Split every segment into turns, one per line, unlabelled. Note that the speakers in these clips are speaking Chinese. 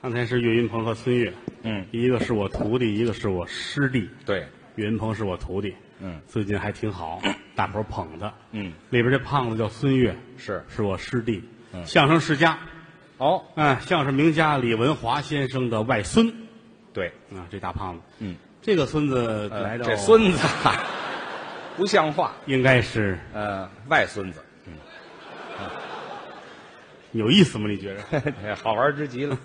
刚才是岳云鹏和孙越，
嗯，
一个是我徒弟，一个是我师弟。
对，
岳云鹏是我徒弟，
嗯，
最近还挺好，大伙儿捧他。
嗯，
里边这胖子叫孙越，
是嗯
是我师弟，相声世家，
哦，
嗯，相声名家李文华先生的外孙，
对，
啊，这大胖子，
嗯，
这个孙子
呃
来到
这孙子 不像话，
应该是
呃，外孙 子，
有意思吗？你觉着？
好玩之极了。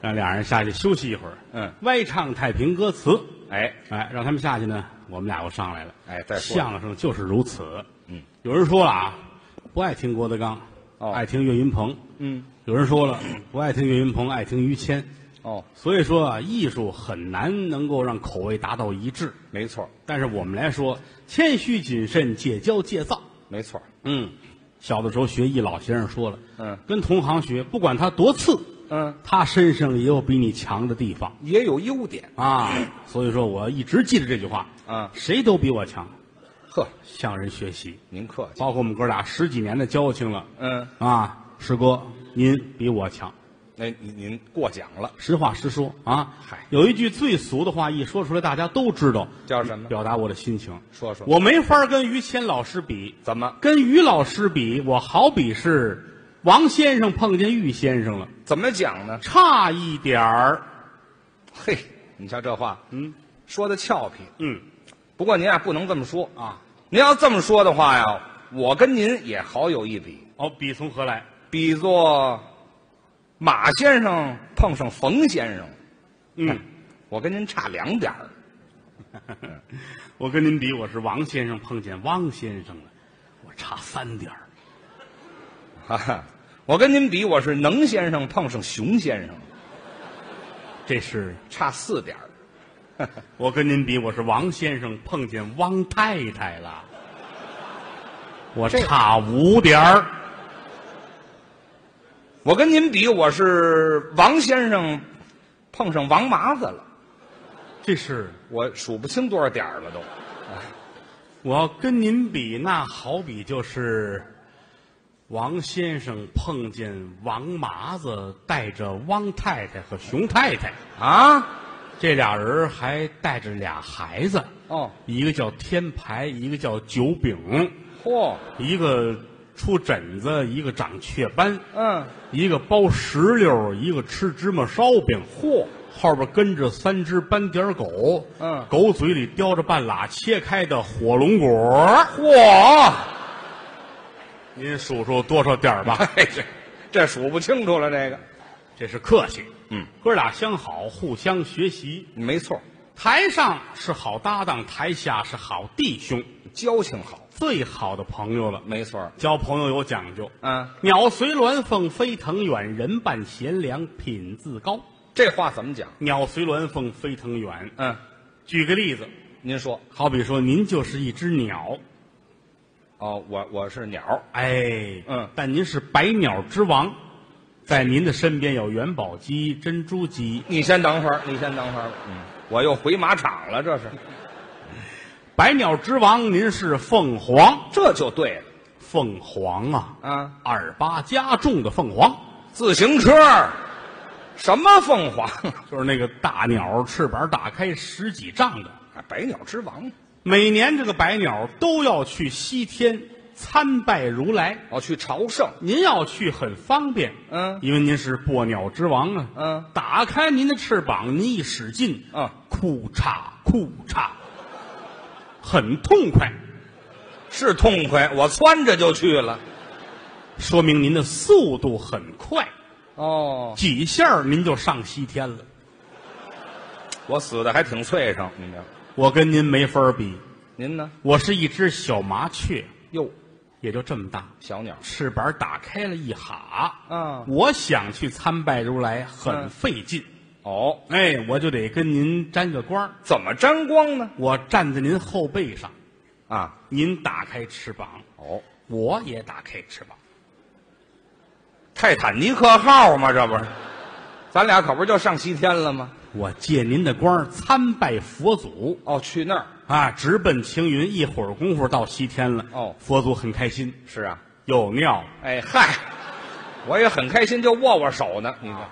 让俩人下去休息一会儿，
嗯，
歪唱太平歌词，
哎
哎，让他们下去呢，我们俩又上来了。
哎，再说
相声就是如此。
嗯，
有人说了啊，不爱听郭德纲，
哦
爱听岳云鹏。
嗯，
有人说了，不爱听岳云鹏，爱听于谦。
哦，
所以说啊，艺术很难能够让口味达到一致。
没错，
但是我们来说，谦虚谨慎，戒骄戒躁。
没错，
嗯，小的时候学艺，老先生说了，
嗯
跟同行学，不管他多次，
嗯，
他身上也有比你强的地方
也有优点，
啊。所以说，我一直记着这句话。
嗯
谁都比我强，
呵，
向人学习。
您客气，
包括我们哥俩十几年的交情了。
哦嗯，
啊，师哥，您比我强，
那哎您您过奖了，
实话实说啊。
嗨
有一句最俗的话，一说出来大家都知道，
叫什么
表达我的心情。
说说
我没法跟于谦老师比，
怎么
跟于老师比，我好比是王先生碰见玉先生了，
怎么讲呢？
差一点儿。
嘿，你瞧这话，嗯，说的俏皮，
嗯
不过您啊不能这么说，
啊，
您要这么说的话呀，我跟您也好有一比，
哦，比从何来？
比作马先生碰上冯先生，
嗯，
我跟您差两点儿，
我跟您比，我是王先生碰见汪先生了，我差三点儿。
哈哈，我跟您比，我是能先生碰上熊先生，
这是
差四点儿，
我跟您比，我是王先生碰见汪太太 了，我
这
差五点儿。
我跟您比，我是王先生碰上王麻子了，
这是
我数不清多少点儿了都。
我要跟您比，那好比就是王先生碰见王麻子，带着汪太太和熊太太，
啊，
这俩人还带着俩孩子，
哦，
一个叫天牌，一个叫九饼，
嚯，
一个出疹子，一个长雀斑。
嗯，
一个包石榴，一个吃芝麻烧饼，嚯，后边跟着三只斑点狗，
嗯
狗嘴里叼着半拉切开的火龙果，
嚯，
您数数多少点儿吧？
哎，这这数不清楚了，这个，
这是客气，
嗯，
哥俩相好，互相学习，
没错，
台上是好搭档，台下是好弟兄，
交情好，
最好的朋友了。
没错，
交朋友有讲究，
嗯，
鸟随鸾凤飞腾远，人伴贤良品自高。
这话怎么讲？
鸟随鸾凤飞腾远，
嗯，
举个例子，
您说，
好比说，您就是一只鸟，
哦，我我是鸟，
哎，
嗯
但您是百鸟之王，在您的身边有元宝鸡、珍珠鸡。
你先等会儿，你先等会儿，嗯，我又回马场了，这是，
百鸟之王，您是凤凰，
这就对了
凤凰啊，
啊，
二八加重的凤凰，
自行车，什么凤凰，
就是那个大鸟翅膀打开十几丈的。
百鸟之王，
每年这个百鸟都要去西天参拜如来，
哦，去朝圣，
您要去很方便，
嗯
因为您是破鸟之王啊，
嗯，
打开您的翅膀，您一使劲，
嗯，
库嚓库嚓，很痛快，
是痛快，我窜着就去了，
说明您的速度很快，
哦，
几下儿您就上西天了。
我死的还挺脆生，您这，
我跟您没法儿比，
您呢？
我是一只小麻雀，
哟，
也就这么大，
小鸟，
翅膀打开了一哈，
嗯
我想去参拜如来很
嗯
费劲，
哦，
哎，我就得跟您沾个光儿
怎么沾光呢？
我站在您后背上，
啊，
您打开翅膀，
哦，
我也打开翅膀。
泰坦尼克号嘛，这不是，咱俩可不就上西天了吗？
我借您的光儿参拜佛祖
哦，去那儿
啊，直奔青云，一会儿功夫到西天了。
哦
佛祖很开心，
是啊，
又尿，
哎嗨，我也很开心，就握握手呢，你看，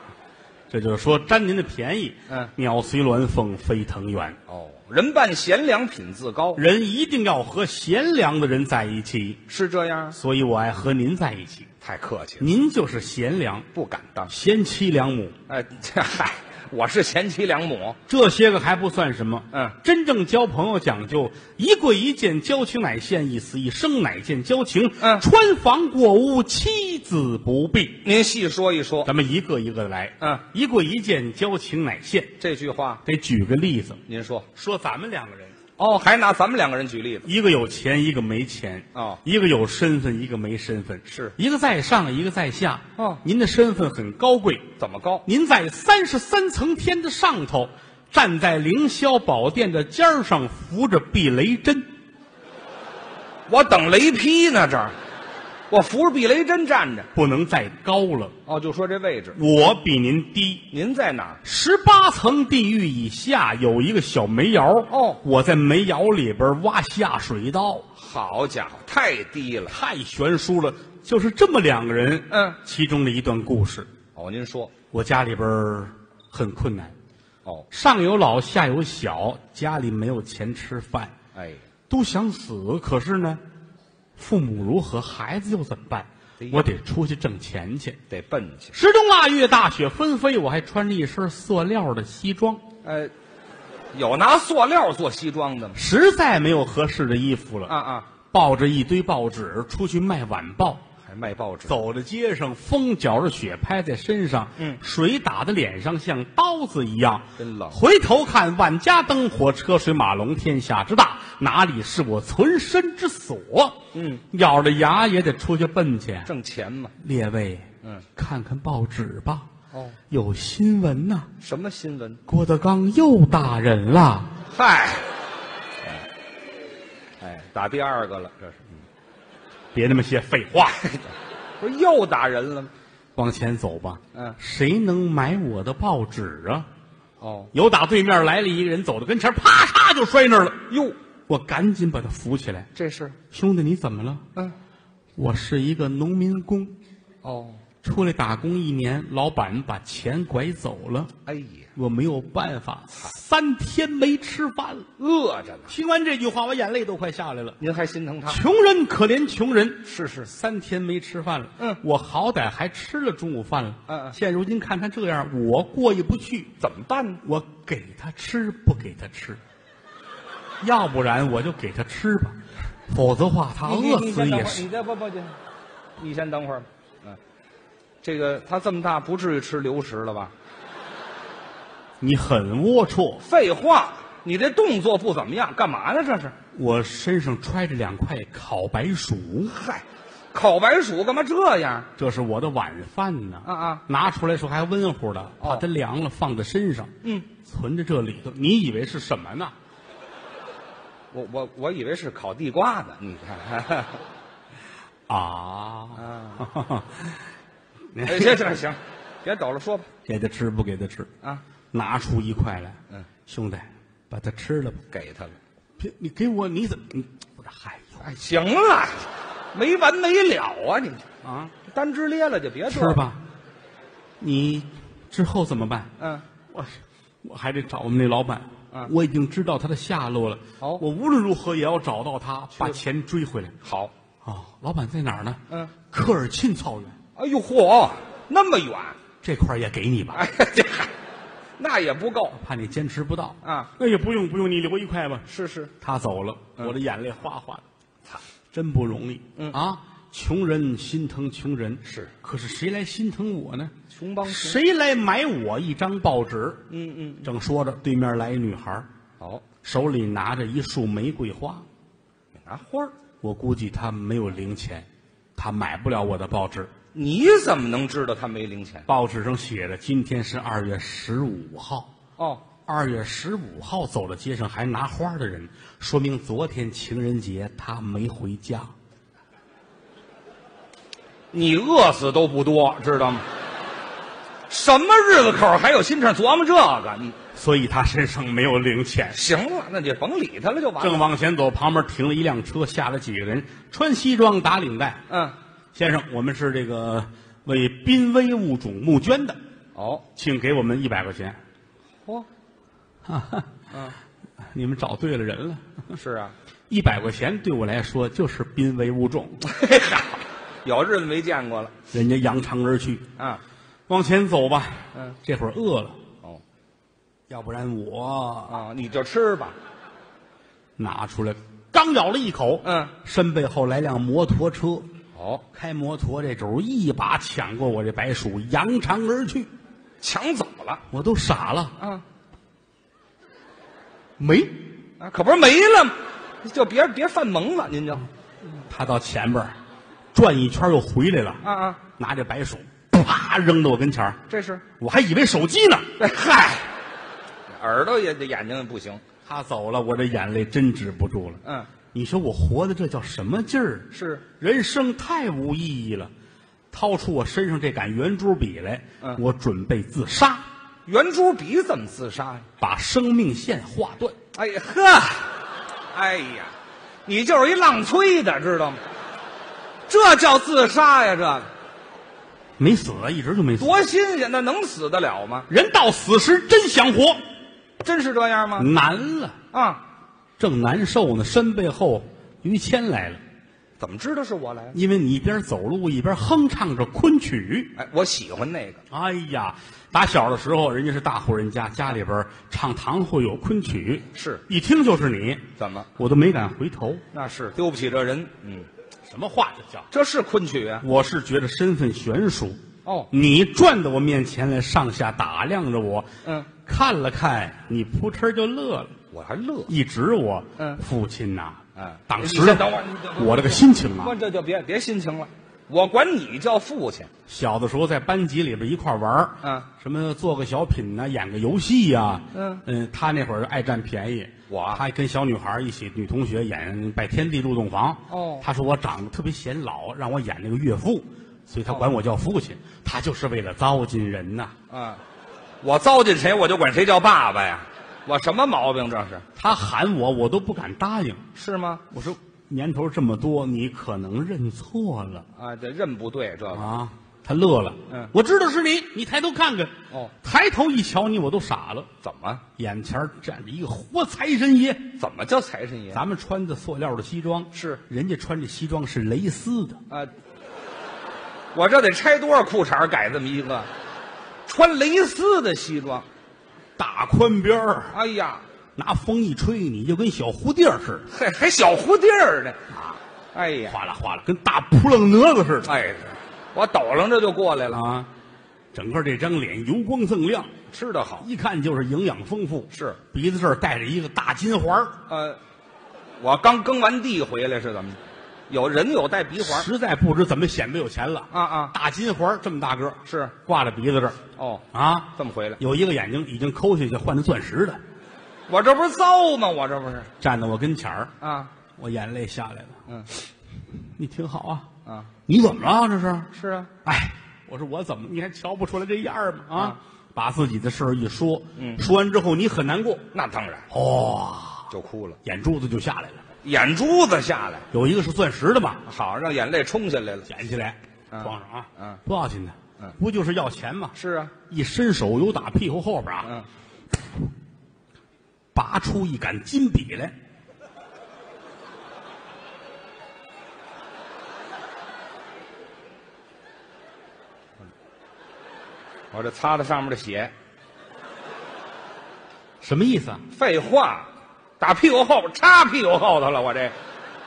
这就是说占您的便宜。
嗯
鸟随鸾凤飞腾远，
哦，人伴贤良品自高，
人一定要和贤良的人在一起，
是这样？
所以我爱和您在一起。
太客气了，
您就是贤良，
不敢当。
贤妻良母，
哎，这嗨，我是贤妻良母，
这些个还不算什么。
嗯，
真正交朋友讲究一跪一见，交情乃现；一死一生，乃见交情。
嗯
穿房过屋，妻子不避。
您细说一说
咱们一个一个的来。
嗯，
一跪一见，交情乃现。
这句话。
得举个例子，
您说
说咱们两个人，
哦，还拿咱们两个人举例子，
一个有钱，一个没钱。
哦
一个有身份，一个没身份，
是
一个在上，一个在下。
哦
您的身份很高贵，
怎么高？
您在三十三层天的上头，站在凌霄宝殿的尖儿上，扶着避雷针。
我等雷劈呢，这儿，我扶着避雷针站着。
不能再高了，
哦，就说这位置，
我比您低。
您在哪儿？
十八层地狱以下有一个小煤窑，
哦
我在煤窑里边挖下水道，
好家伙，太低了。
太悬殊了。就是这么两个人，
嗯
其中的一段故事。
哦，您说，
我家里边儿很困难，
哦，
上有老下有小，家里没有钱吃饭，
哎，
都想死，可是呢，父母如何，孩子又怎么办
哎呀？
我得出去挣钱去。
得奔去。
时冬腊月，大雪纷飞，我还穿着一身塑料的西装，
哎，有拿塑料做西装的吗？
实在没有合适的衣服了，
啊啊，
抱着一堆报纸出去卖晚报。
还卖报纸。
走在街上，风搅着雪拍在身上，
嗯
水打在脸上像刀子一样，
真冷
回头看，万家灯火，车水马龙，天下之大，哪里是我存身之所？
嗯，
咬着牙也得出去奔去。
挣钱嘛。
列位，
嗯，
看看报纸吧，
哦，
有新闻呐、
什么新闻？
郭德纲又打人了。
嗨，哎，打第二个了，这是，
别那么些废话，
不是又打人了吗？
往前走吧。
嗯
谁能买我的报纸啊？
哦，
有打对面来了一个人，走到跟前，啪嚓就摔那儿了。
哟，
我赶紧把他扶起来。
这是，
兄弟，你怎么了？
嗯，
我是一个农民工，
哦，
出来打工一年，老板把钱拐走了，
哎呀，
我没有办法，三天没吃饭了。
饿着呢，
听完这句话，我眼泪都快下来了。
您还心疼他？
穷人可怜穷人，
是是，
三天没吃饭了。
嗯
我好歹还吃了中午饭了。
嗯嗯
现如今看他这样，我过意不去。
怎么办呢？
我给他吃，不给他吃，要不然我就给他吃吧，否则话他
你
饿
你
死
你先等
也
会儿，
是。
你再不不去，你先等会儿吧。嗯，这个他这么大，不至于吃流食了吧？
你很龌龊，
废话，你这动作不怎么样，干嘛呢？这是？
我身上揣着两块烤白薯，
嗨，烤白薯干嘛这样？
这是我的晚饭呢。
啊啊，
拿出来时候还温乎的，
哦
怕它凉了放在身上，
嗯，
存在这里头。你以为是什么呢？
我我我以为是烤地瓜呢，你看。
啊，
哎，行行行，别抖了，说吧。
给他吃不给他吃，
啊，
拿出一块来，
嗯，
兄弟，把它吃了吧。
给他了。
别，你给我，你怎么？你不是，嗨
哎，行了，没完没了啊！你
啊，
单支咧了就别
吃
这样。
吧。你之后怎么办？
嗯，
我我还得找我们那老板。
嗯
我已经知道他的下落了。
哦
我无论如何也要找到他，把钱追回来。
好。
哦，老板在哪儿呢？
嗯，
科尔沁草原
哎呦嚯，那么远！
这块儿也给你吧，
哎，这还那也不够。
怕你坚持不到
啊。
那也不用不用，你留一块吧。
是是，
他走了，我的眼泪哗哗的，
惨，
真不容易。
嗯
啊，穷人心疼穷人
是，
可是谁来心疼我呢？
熊帮熊。
谁来买我一张报纸？
嗯嗯。
正说着，对面来一女孩儿，
好，
手里拿着一束玫瑰花。
拿花儿。
我估计她没有零钱，她买不了我的报纸。
你怎么能知道他没零钱？
报纸上写着今天是二月十五号，
哦，
二月十五号走到街上还拿花的人，说明昨天情人节她没回家。
你饿死都不多，知道吗？什么日子口还有心肠琢磨这个？你
所以他身上没有零钱。
行了，那就甭理他了，就完了。
正往前走，旁边停了一辆车，下来几个人，穿西装打领带。
嗯，
先生，我们是这个为濒危物种募捐的。
哦，
请给我们一百块钱。
嚯，
你们找对了人了，
是啊，
一百块钱对我来说就是濒危物种。
嘿哈，有日子没见过了
人家扬长而去，
啊。
往前走吧。
嗯，
这会儿饿了，
哦，
要不然我
啊，你就吃吧。
拿出来，刚咬了一口，
嗯，
身背后来辆摩托车，
哦，
开摩托这主一把抢过我这白鼠，扬长而去，
抢走了
我都傻了，
啊
没，
啊，可不是没了吗？就别别犯萌了，您就啊
他到前边儿转一圈又回来了，
啊，
拿着白鼠啪扔到我跟前儿，
这是
我还以为手机呢，
哎 嗨，耳朵也眼睛也不行，
他走了，我这眼泪真止不住了。
嗯，
你说我活的这叫什么劲儿？
是
人生太无意义了。掏出我身上这杆圆珠笔来，
嗯
我准备自杀，
圆珠笔怎么自杀呀？
把生命线划断。
哎呀呵，哎呀，你就是一浪吹的，知道吗？这叫自杀呀，这个
没死啊，一直就没死。
多新鲜，那能死得了吗？
人到死时真想活，
真是这样吗？
难了，
啊，
正难受呢，身背后于谦来了，
怎么知道是我来？
因为你一边走路一边哼唱着昆曲。
哎，我喜欢那个
哎呀，打小的时候人家是大户人家，家里边唱堂会有昆曲，
是
一听就是你，
怎么？
我都没敢回头。
那是丢不起这人，嗯，
什么话这叫？
这是昆曲啊。
我是觉得身份悬殊，
哦，
你转到我面前来，上下打量着我，
嗯，
看了看你，扑哧就乐了。
我还乐。
一直我，
嗯
父亲呐、
嗯
当时
你先等会儿你等会儿
我这个心情啊
不，，这就别别心情了，我管你叫父亲。
小的时候在班级里边一块玩儿
嗯，
什么做个小品呐、演个游戏呀、
嗯
他那会儿爱占便宜，
我啊
他跟小女孩一起，女同学演《拜天地入洞房》，
哦
他说我长得特别显老，让我演那个岳父，所以他管我叫父
哦
亲，他就是为了糟践人呐、
啊，我糟践谁，我就管谁叫爸爸呀。我什么毛病这是？
他喊我，我都不敢答应，
是吗？
我说年头这么多，你可能认错了。
啊，这认不对这个。
啊，他乐了。
嗯
我知道是你，你抬头看看。
哦，
抬头一瞧你，我都傻了。
怎么
眼前站着一个活财神爷，
怎么叫财神爷？
咱们穿的塑料的西装
嗯是
人家穿这西装是蕾丝的，
啊，我这得拆多少裤衩儿改这么一个？穿蕾丝的西装，
大宽边儿，
哎呀，
拿风一吹，你就跟小蝴蝶似的，
还还小蝴蝶儿呢，哎呀，
哗啦哗啦，跟大扑棱蛾子似的
哎，我抖楞着就过来了，
啊！整个这张脸油光锃亮，
吃的好，
一看就是营养丰富。
是
鼻子这儿戴着一个大金环儿，
呃，我刚耕完地回来是怎么着？有人有带鼻环儿
实在不知怎么显摆有钱了
啊啊，
大金环儿这么大个儿
是
挂在鼻子这儿
哦，
啊，
这么回来，
有一个眼睛已经抠下去换的钻石的，
我这不是糟吗？我这不是
站在我跟前儿，
啊，
我眼泪下来了。
嗯
你挺好啊，
啊，
你怎么了？这是？
是啊，
哎，我说我怎么？你还瞧不出来这样儿吗？啊，
啊
把自己的事儿一说，
嗯
说完之后你很难过，
那当然
哦，
就哭了，
眼珠子就下来了。
眼珠子下来，
有一个是钻石的嘛，
好让眼泪冲下来了，
捡起来
嗯
装上啊，
嗯
不要紧的，
嗯
不就是要钱吗？
是啊，
一伸手有打屁股后边啊，
嗯，
拔出一杆金笔来，
我这擦擦上面的血，
什么意思啊？
废话，打屁股后边插屁股后头了，我这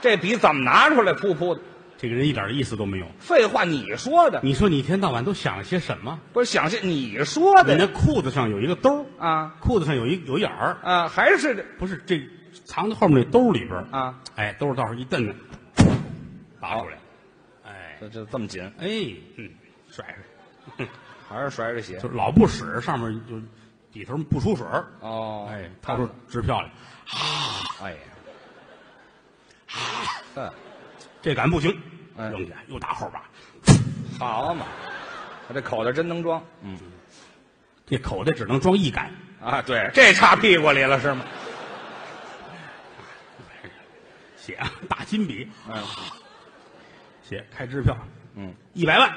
这笔怎么拿出来？噗噗的，
这个人一点意思都没有。
废话，你说的，
你说你一天到晚都想了些什么？
不是想些你说
你
的
那
呀
裤子上有一个兜儿，
啊
裤子上有一有眼儿，
啊，还是这
不是这藏在后面那兜里边儿
啊，
哎，兜儿到时候一蹬，拔出来，哎
这这这么紧，
哎，嗯，甩甩，
还是甩着血
就是老不使，上面就底头不出水儿，
哦
哎，掏出支票来，
哎呀，嗯，
这杆不行，
哎
扔下又打后边儿，
好嘛，我这口袋真能装，嗯
这口袋只能装一杆，
啊，对，这插屁股里了是吗？
写啊，大金笔
嗯
写开支票
嗯，
一百万，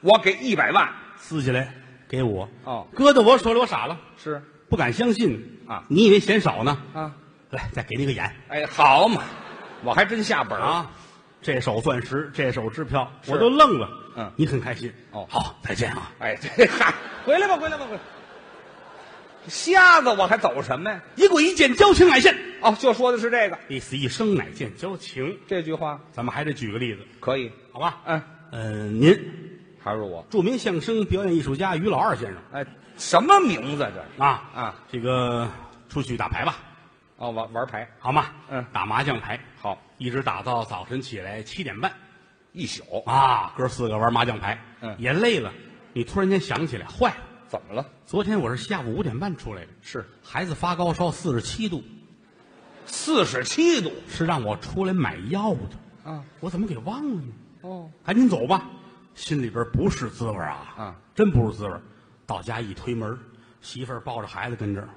我给一百万，
撕下来给给我，
哦，
搁到我手里，我傻了，
是
不敢相信
啊
你以为嫌少呢？
啊，
来，再给你个眼
哎，好嘛，我还真下本儿，
啊！这手钻石，这手支票，
是
我都愣了。
嗯
你很开心
哦
好，再见啊！
哎，这嗨，回来吧，回来吧，回来。瞎子，我还走什么呀？
一过一见交情乃现，
哦，就说的是这个
一死一生乃见交情。
这句话，
咱们还得举个例子，
可以。
好吧？
嗯，
嗯，您
还是我。
著名相声表演艺术家于老二先生
哎，什么名字这是？
啊
啊，
这个出去打牌吧，
哦，玩玩牌，
好吗？
嗯
打麻将牌，
好，
一直打到早晨起来七点半
一宿。
啊，哥四个玩麻将牌，
嗯
也累了。你突然间想起来，坏了，
怎么了？
昨天我是下午五点半出来的，
是
孩子发高烧四十七度，
四十七度
是让我出来买药的，
啊！
我怎么给忘了呢？
哦，
赶紧走吧，心里边不是滋味啊，
啊，
真不是滋味。到家一推门，媳妇儿抱着孩子跟这儿，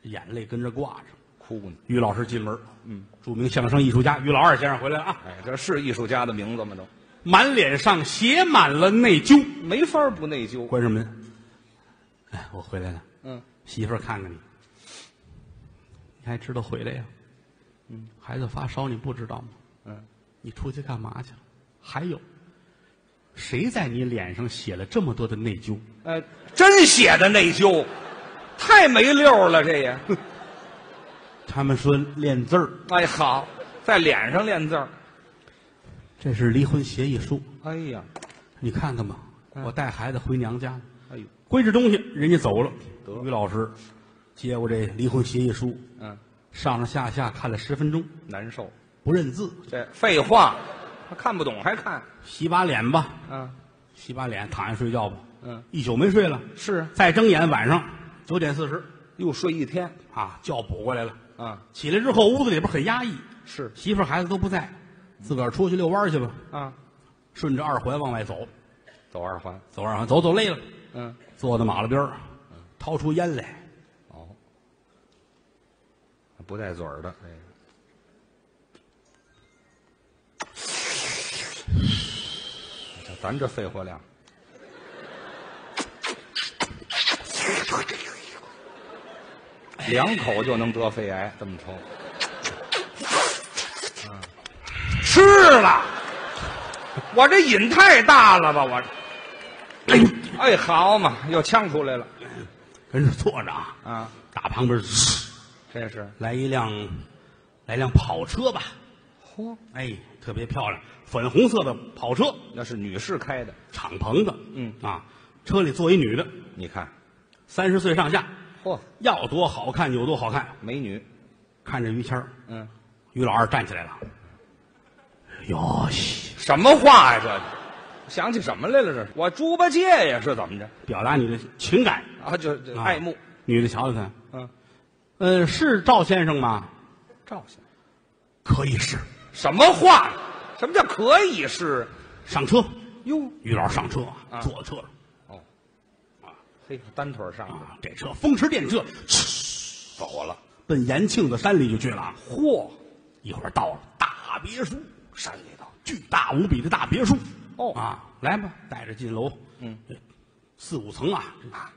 眼泪跟着挂着。
哭呢。
于老师进门，嗯，著名相声艺术家于老二先生回来了啊，
哎，这是艺术家的名字吗？都
满脸上写满了内疚。
没法不内疚。
关上门，哎，我回来了，
嗯，
媳妇儿看看你，你还知道回来呀、嗯，孩子发烧你不知道吗？
嗯，
你出去干嘛去了？还有，谁在你脸上写了这么多的内疚？
哎，真写的内疚，太没溜儿了，这也。
他们说练字儿，
哎，好，在脸上练字儿。
这是离婚协议书，
哎呀，
你看看吧。我带孩子回娘家，
哎呦，
归置东西，人家走了。
得
于老师接过这离婚协议书，
嗯，
上上下下看了十分钟，
难受。
不认字，
这废话，他看不懂还看。
洗把脸吧，
嗯
洗把脸，躺下睡觉吧。
嗯，
一宿没睡了，
是
再睁眼晚上九点四十
又睡一天
啊，觉补过来了。
啊，
起来之后，屋子里边很压抑，
是
媳妇儿孩子都不在，自个儿出去遛弯儿去吧。
啊，
顺着二环往外走，
走二环。
走二环，走走累了，
嗯，
坐到马路边儿，掏出烟来，
哦，不带嘴儿的，哎，这咱这肺活量，两口就能得肺癌，这么抽，吃了，我这瘾太大了吧，我这，哎，好嘛，又呛出来了
跟这儿坐着啊，
啊，
打旁边儿
这是。
来一辆，来辆跑车吧，
嚯，
哎，特别漂亮，粉红色的跑车，
那是女士开的，
敞篷的，
嗯
啊，车里坐一女的，
你看，
三十岁上下，
嚯，
要多好看有多好看。
美女，
看着于谦儿，
嗯，
于老二站起来了。哟西，
什么话呀、这想起什么来了？这是我猪八戒呀，是怎么着？
表达你的情感，
啊，就就
啊
爱慕，。
女的瞧瞧他，
嗯，
呃，是赵先生吗？
赵先生，
可以是。
什么话呀？什么叫可以是？
上车，
哟，
于老二上车，
啊
坐车
哦，嘿，单腿上的，
啊，这车风驰电掣，嘘走了，奔延庆的山里就去了啊。
嚯，
一会儿到了大别墅，山里头巨大无比的大别墅。
哦
啊，来吧，带着进楼。呃
嗯，
四五层啊，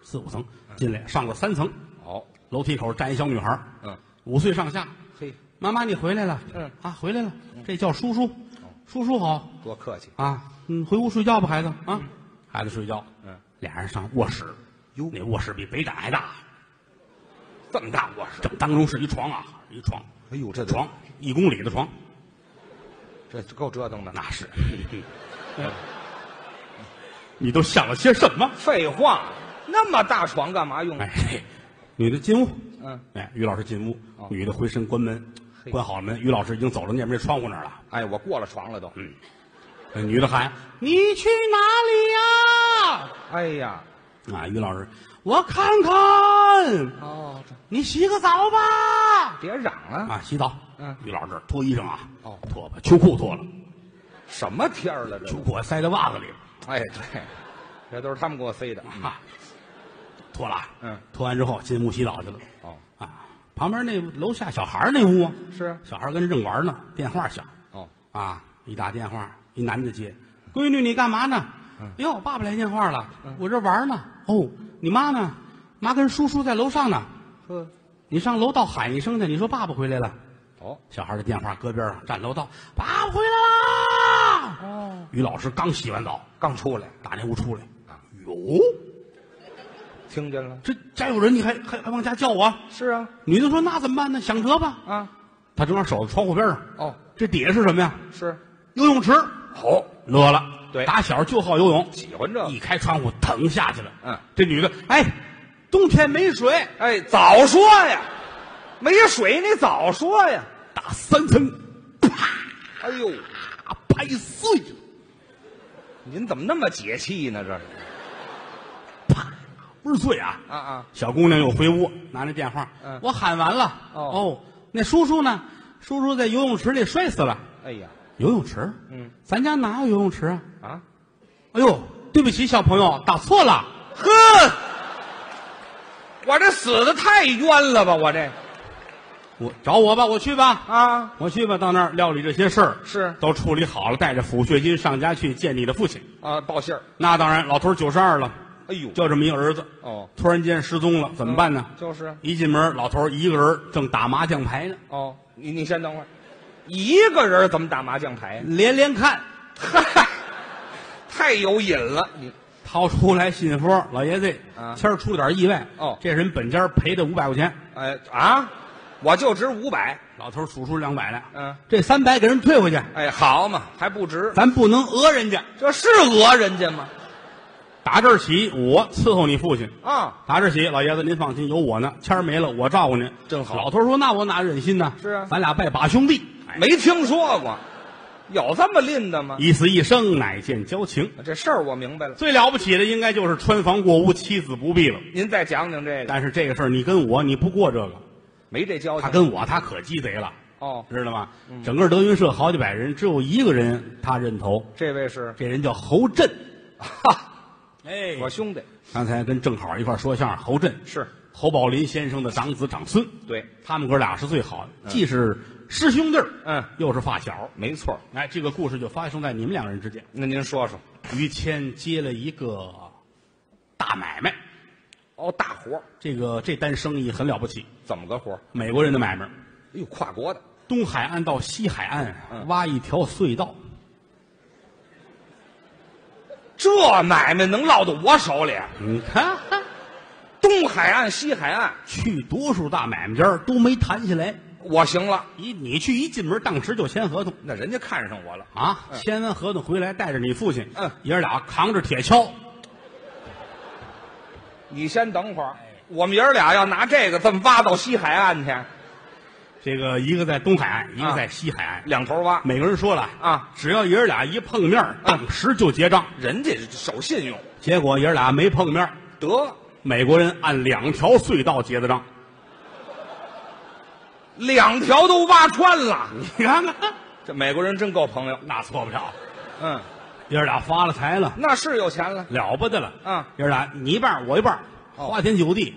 四五层进来，上了三层，
好，
楼梯口站一小女孩儿，
嗯，
五岁上下。
嘿，
妈妈，你回来了。
嗯哦
啊，回来了，这叫叔叔，叔叔好
多客气，
啊。嗯，回屋睡觉吧，孩子啊。孩子睡觉。
嗯，
俩人上卧室。
哟
那卧室比北展还大，
这么大卧室，
正当中是一床啊，一床，
哎呦，这得
床一公里的床，
这够折腾的。
那 是。
嗯
你都想了些什么？
废话，那么大床干嘛用？
哎，女的进屋，
嗯，
哎，于老师进屋
哦，
女的回身关门，
嘿
关好了门，于老师已经走到那边那窗户那儿了。
哎，我过了床了都。
那女的喊：“你去哪里呀
哎呀，？”
啊，于老师，我看看，
哦，这
你洗个澡吧。
别嚷了。
啊，洗澡。
嗯
于老师脱衣裳啊，
哦
脱吧，秋裤脱了，
什么天儿了这
秋
都？
裤还塞在袜子里
哎，对，这都是他们给我塞的。
啊，脱了。啊
嗯，
脱完之后进屋洗澡去了。
哦，
啊，旁边那楼下小孩儿那屋啊，
是
小孩儿跟着正玩呢，电话响
哦，
啊，一打电话，一哎男的接，闺女你干嘛呢？哟，爸爸来电话了，我这玩呢。哦，你妈呢？妈跟叔叔在楼上呢。
呵，
你上楼道喊一声去，你说爸爸回来了。
哦
小孩的电话搁边上，站楼道，爸爸回来啦！
哦，
于老师刚洗完澡，
刚出来，
打那屋出来
啊，
哟，
听见了？
这家有人，你还还还往家叫我？
是啊，
女的说那怎么办呢？想辙吧。
啊，
他正好守在窗户边上，
哦，
这底下是什么呀？
是，
游泳池，
好，
乐了。
对
打小就好游泳，
喜欢这个
一开窗户腾下去了。
啊嗯，
这女的，哎，冬天没水，
哎，早说呀，没水你早说呀！
打三层，
哎呦，
啪拍碎了，
您怎么那么解气呢？这是
啪，不是碎啊。
啊啊，
小姑娘又回屋，拿那电话，
嗯
我喊完了。
哦
那叔叔呢？叔叔在游泳池里摔死了。
哎呀，
游泳池？
嗯
咱家哪有游泳池啊？
啊，
哎呦，对不起，小朋友，打错了。
呵，我这死的太冤了吧！我这
我找我吧，我去吧，
啊，
我去吧。到那儿料理这些事儿
是
都处理好了，带着抚恤金上家去见你的父亲。
啊，报信儿。
那当然，老头九十二了，
哎呦，
就这么一个儿子，
哦，嗯
突然间失踪了，怎么办呢？
就是
一进门，老头一个人正打麻将牌呢，
哦，你你先等会儿，一个人怎么打麻将牌呀？
连连看，
嗨，太有瘾了！你
掏出来信封，老爷子
啊，
今儿出点意外，
哦
这人本家赔的五百块钱，
哎啊，我就值五百，
老头数出两百来，
嗯，
这三百给人退回去，
哎，好嘛，还不值，
咱不能讹人家。
这是讹人家吗？
打这儿起，我伺候你父亲。
啊，
打这儿起，老爷子您放心，有我呢。钱儿没了，我照顾您，
真好
老头说：“那我哪忍心呢？
是啊
咱俩拜把兄弟，哎
没听说过，有这么吝的吗？
一死一生，乃见交情。
这事儿我明白了，
最了不起的应该就是穿房过屋，妻子不避了。
您再讲讲这个，
但是这个事儿，你跟我你不过这个，
没这交
他
情。
跟我他可鸡贼了，
哦，
知道吗？整个德云社好几百人，只有一个人他认头，
这位是，
这人叫侯震。
哈，
哎
我兄弟
刚才跟正好一块儿说相声，侯震
是
侯宝林先生的长子长孙。
对，
他们哥俩是最好的，既是师兄弟儿，
嗯，
又是发小。
没错。
哎，这个故事就发生在你们两人之间。
那您说说，
于谦接了一个大买卖，
哦，大活儿
这个这单生意很了不起，
怎么个活儿？
美国人的买卖，
哎呦，跨国的，
东海岸到西海岸啊
嗯
挖一条隧道，
这买卖能落到我手里？啊
你 看
东海岸、西海岸，
去多数大买卖家儿都没谈起来。
我行了，
你你去一进门，当时就签合同
那人家看上我了，
啊！签完合同回来，带着你父亲，
嗯
爷儿俩扛着铁锹，
你先等会儿，我们爷儿俩要拿这个这么挖到西海岸去，
这个一个在东海岸，一个在西海岸，
两头挖。
每个人说了
啊，嗯
只要爷儿俩一碰面儿，当时就结账。
人家守信用，
结果爷儿俩没碰面儿，
得
美国人按两条隧道结的账。
两条都挖穿了。
你看看，
这美国人真够朋友，
那错不了。
嗯，
爷儿俩发了财了，
那是有钱了。
了不得了。
嗯，
爷儿俩你一半儿我一半儿，
哦
花天酒地。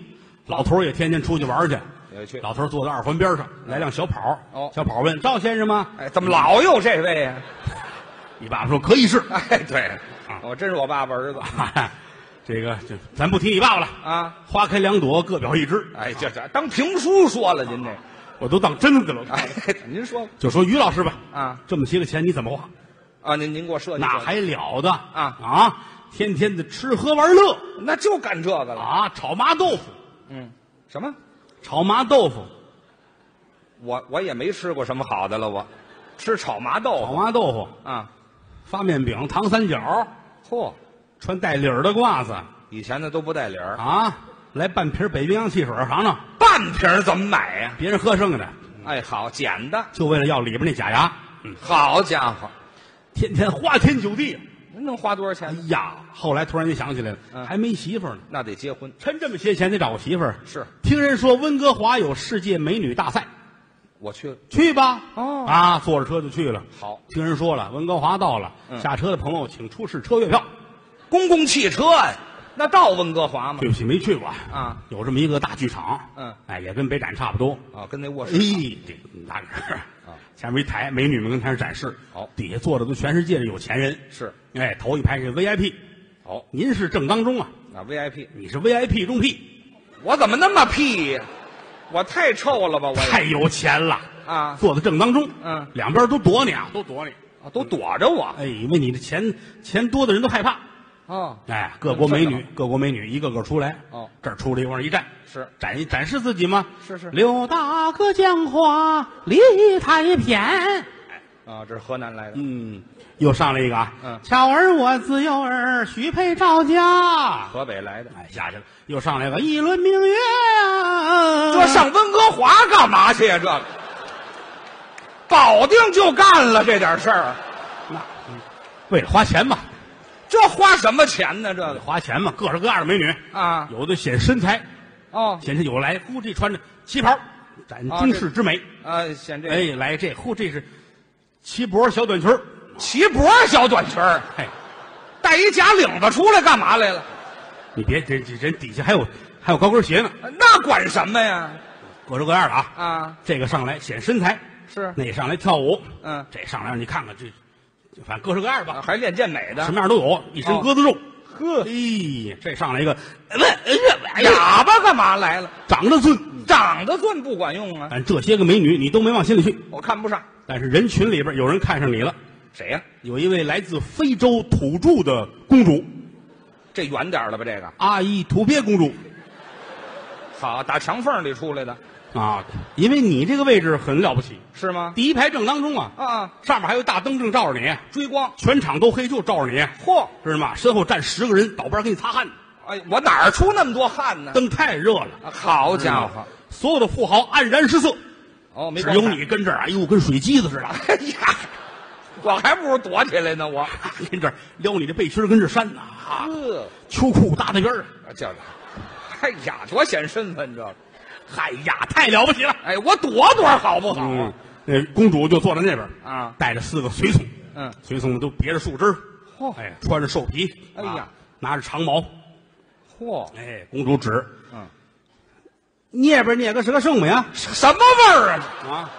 老头儿也天天出去玩儿去。
也去
老头儿坐在二环边上，来辆小跑儿。
嗯哦
小跑儿问赵先生吗？
哎，怎么老有这位呀、
你爸爸说可以是。
哎，对，
啊
我、真是我爸爸儿子
这个这咱不提你爸爸了。
啊！
花开两朵，各表一枝。
哎，这这当评书说了，您这，
啊我都当真的了。
哎， 您说吧
就说于老师吧，
啊
这么些个钱你怎么花？
啊，您您给我设计设计，
那还了得啊
啊
啊！天天的吃喝玩乐
那就干这个了。
啊，炒麻豆腐，
嗯，什么？
炒麻豆腐，
我我也没吃过什么好的了，我吃炒麻豆
炒
腐
麻豆腐，
啊。
发面饼，糖三角，
嚯，
穿带领儿的褂子
以前的都不带理儿，
啊，来半瓶北冰洋汽水尝尝，
半瓶儿怎么买呀、
别人喝剩下的，
哎，好简单，
就为了要里边那假牙。嗯，
好家伙，
天天花天酒地。
您能花多少钱
哎
呢？
呀，后来突然间想起来了，
嗯
还没媳妇儿呢，
那得结婚。
趁这么些钱得找个媳妇儿。
是
听人说温哥华有世界美女大赛，
我去了，
去吧。
哦
啊，坐着车就去了。
好，
听人说了，温哥华到了，
嗯
下车的朋友请出示车月票。
公共汽车呀、那到温哥华吗
对？不起，没去过
啊。
有这么一个大剧场，
嗯
哎，也跟北展差不多。
啊，跟那卧
哎
室，
这那是前面一台，美女们跟台上展示。
啊好
底下坐着都全世界的有钱人。
是，
哎，头一排是 VIP，
好，
您是正当中啊。
啊，VIP，
你是 VIP 中 P，
我怎么那么屁呀？我太臭了吧，我也
太有钱了
啊
坐在正当中，
嗯
两边都躲你啊，都躲你。
啊都躲着我
哎，因为你的钱钱多的人都害怕。
啊，
哎，各国美
这
女
倒，
各国美女一个个出来，
哦，
这儿出来往这儿一站，
是
展展示自己吗？
是是
六大个江花梨太偏。
啊，这是河南来的，
嗯，又上来一个啊。
嗯
巧儿我自幼儿，许配赵家。
河北来的，
哎，下去了，又上来个一轮明月啊。
这上温哥华干嘛去呀？这个保定就干了这点事儿，啊
那，嗯为了花钱嘛，
这花什么钱呢？这
为了
个
花钱嘛，各式各样的美女，
嗯啊，
有的显身材，
哦，
显身有来，呼这穿着旗袍，展
啊
中
这
式之美。
啊，显这个
哎，来这呼这是齐脖小短裙儿
齐脖小短裙儿，
哎，
带一假领子出来干嘛来了？
你别人人底下还有还有高跟鞋呢，
那管什么呀？
各式各样的啊。
啊，
这个上来显身材，
是
那上来跳舞，
嗯
这上来让你看看这，这反正各式各样吧，
还练健美
什
的，
么样都有，一身
嗯哦
鸽子肉。
呵，
哎，这上来一个，呃呃哎呀，
哑巴干嘛来了？
长得俊，
长得俊不管用啊，
但这些个美女你都没往心里去。
我看不上。
但是人群里边有人看上你了，
谁呀、
有一位来自非洲土著的公主，
这远点儿了吧？这个
阿依图别公主
好，打墙缝里出来的
啊，因为你这个位置很了不起，
是吗？
第一排正当中啊，
啊，
上面还有大灯正照着你，
追光，
全场都黑就照着你，
嚯！
知道吗？身后站十个人，倒班给你擦汗。
哎，我哪儿出那么多汗呢？
灯太热了，
啊好
知道
家
吗
伙！，
所有的富豪黯然失色，
哦，没
只
光
有
看。
你跟这儿，哎呦，跟水鸡子似的，
哎呀，我还不如躲起来呢。我，
跟这儿撩你的背心儿跟这儿扇呐、啊，
呵，
秋裤搭在边儿，啊
啊叫他，哎呀，多显身份这个。
嗨哎呀，太了不起了！
哎，我躲躲好不好
嗯
啊？，
那公主就坐在那边儿
啊
带着四个随从，
嗯，
随从们都别着树枝儿，
嚯
哎，穿着兽皮，
哦哎呀
啊，拿着长矛，
嚯，
哎，公主指，
嗯，
捏吧捏个是个圣母呀，
什么味儿啊？
啊，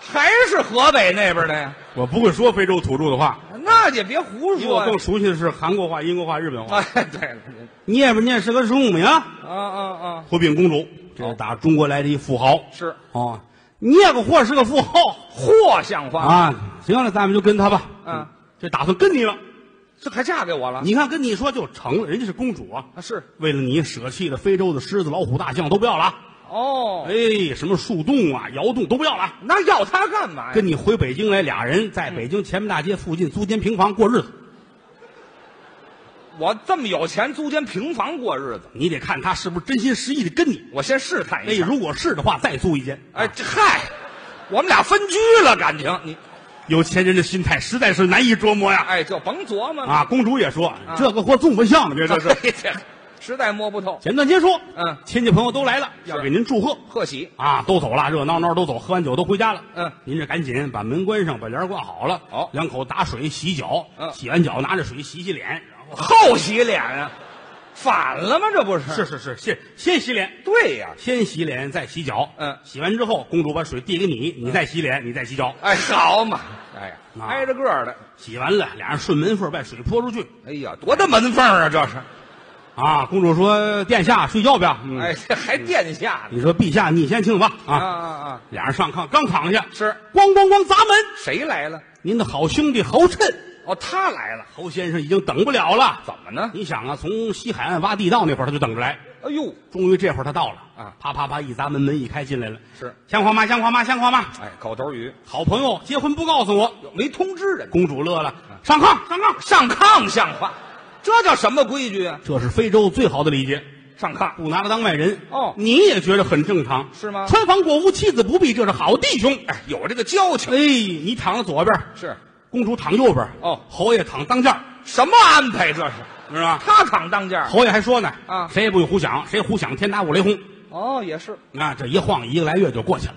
还是河北那边的呀？
我不会说非洲土著的话，
那也别胡
比我
说
更
呀。
熟悉的是韩国话、英国话、日本话，
哎，对了，
捏吧捏是个圣母呀，
啊啊啊，
火饼公主，这是打中国来的一富豪，
是
啊，聂个货是个富豪
货像话，
啊！行了，咱们就跟他吧。
嗯，
这打算跟你了。
这还嫁给我了？
你看，跟你说就成了，人家是公主啊。
啊，是
为了你舍弃了非洲的狮子、老虎、大象都不要了啊，
哦，
哎，什么树洞啊、窑洞都不要了啊，
那要他干嘛呀？
跟你回北京来，俩人在北京前门大街附近租间平房过日子。
我这么有钱，租间平房过日子，
你得看他是不是真心实意的跟你。
我先试探
哎，
一下。
如果是的话，再租一间。
哎，这嗨，我们俩分居了，感情你
有钱人的心态实在是难以琢磨呀。
哎，就甭琢磨了。
啊，公主也说这个货纵不像呢，别
这
这是。
这实在摸不透。
简短结束。
嗯
亲戚朋友都来了，
是
要给您祝贺
贺喜，
啊，都走了，热热闹闹都走，喝完酒都回家了。
嗯，
您这赶紧把门关上，把帘儿挂好了。
好
两口打水洗脚，
嗯
洗完脚拿着水洗洗脸，然后
后洗脸啊，反了吗？这不是？
是是是，先先洗脸，
对呀、
先洗脸再洗脚。
嗯
洗完之后，公主把水递给你，你再洗脸，你再洗脚。
哎，好嘛，哎呀，
啊
挨着个儿的，
洗完了，俩人顺门缝儿把水泼出去。
哎呀，多大门缝啊，这是，
啊，公主说：“殿下睡觉吧。”嗯，
哎，这还殿下呢，
你说：“陛下，你先请吧。”
啊
啊，
啊啊，
俩人上炕，刚躺下，
是
咣咣咣砸门。
谁来了？
您的好兄弟侯震，
哦，他来了，
侯先生已经等不了了。
怎么呢？
你想啊，从西海岸挖地道那会儿他就等着来，
哎呦，
终于这会儿他到了
啊
啪啪啪一砸门，门一开进来了，
是
香花妈，香花妈，香花妈，
哎，口头语，
好朋友结婚不告诉我，
没通知人，
公主乐了，上炕上炕，
上炕像话，这叫什么规矩啊？
这是非洲最好的礼节，
上炕
不拿他当外人
哦
你也觉得很正常
是吗
穿房过屋，妻子不避，这是好弟兄。
哎，有这个交情
哎，你躺在左边，
是
公主躺右边，
哦
侯爷躺当间儿，
什么安排？这是
知道吗？
他躺当家，
侯爷还说呢，
啊
谁也不许胡想，谁胡想天打五雷轰。
哦，也是，
啊，这一晃一个来月就过去了，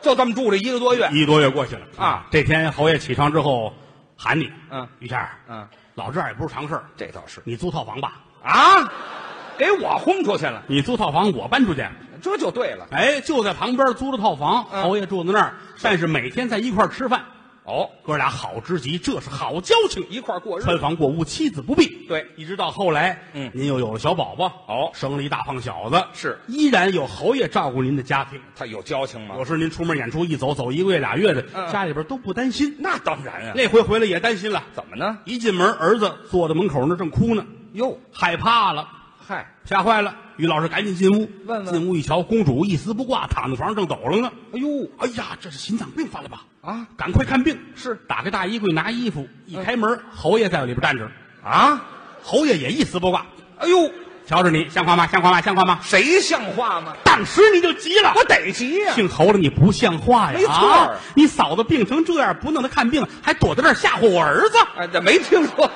就这么住了一个多月，
一个多月过去了
啊。
这天侯爷起床之后喊你，
嗯
于谦儿，
嗯，
老这儿也不是常事儿，
这倒是
你租套房吧，
啊，给我轰出去了，
你租套房我搬出去。
这就对了。
哎，就在旁边租了套房，
嗯
侯爷住在那儿，但是每天在一块儿吃饭，
哦，
哥俩好知己，这是好交情。
一块儿过日
穿
子。
房过屋，妻子不避。
对
一直到后来，
嗯
您又有了小宝宝，
哦
生了一大胖小子，
是
依然有侯爷照顾您的家庭。
他有交情吗
有？时您出门演出一走走一个月俩月的，
嗯
家里边都不担心。
那当然啊。
那回回来也担心了，
怎么呢？
一进门儿子坐在门口那儿正哭呢，
哟，
害怕了，
嗨，
吓坏了。于老师赶紧进屋，
问问
进屋一瞧，公主一丝不挂躺在床上正抖楞呢。
哎呦
哎呀，这是心脏病犯了吧？
啊
赶快看病！
是
打开大衣柜拿衣服，一开门，侯爷在里边站着，
啊！
侯爷也一丝不挂，
哎呦，
瞧着你像话吗？像话吗？像话吗？
谁像话吗？
当时你就急了，
我得急呀、
姓侯的你不像话呀！
没错
啊你嫂子病成这样，不弄她看病，还躲在那儿吓唬我儿子。
哎，这没听说。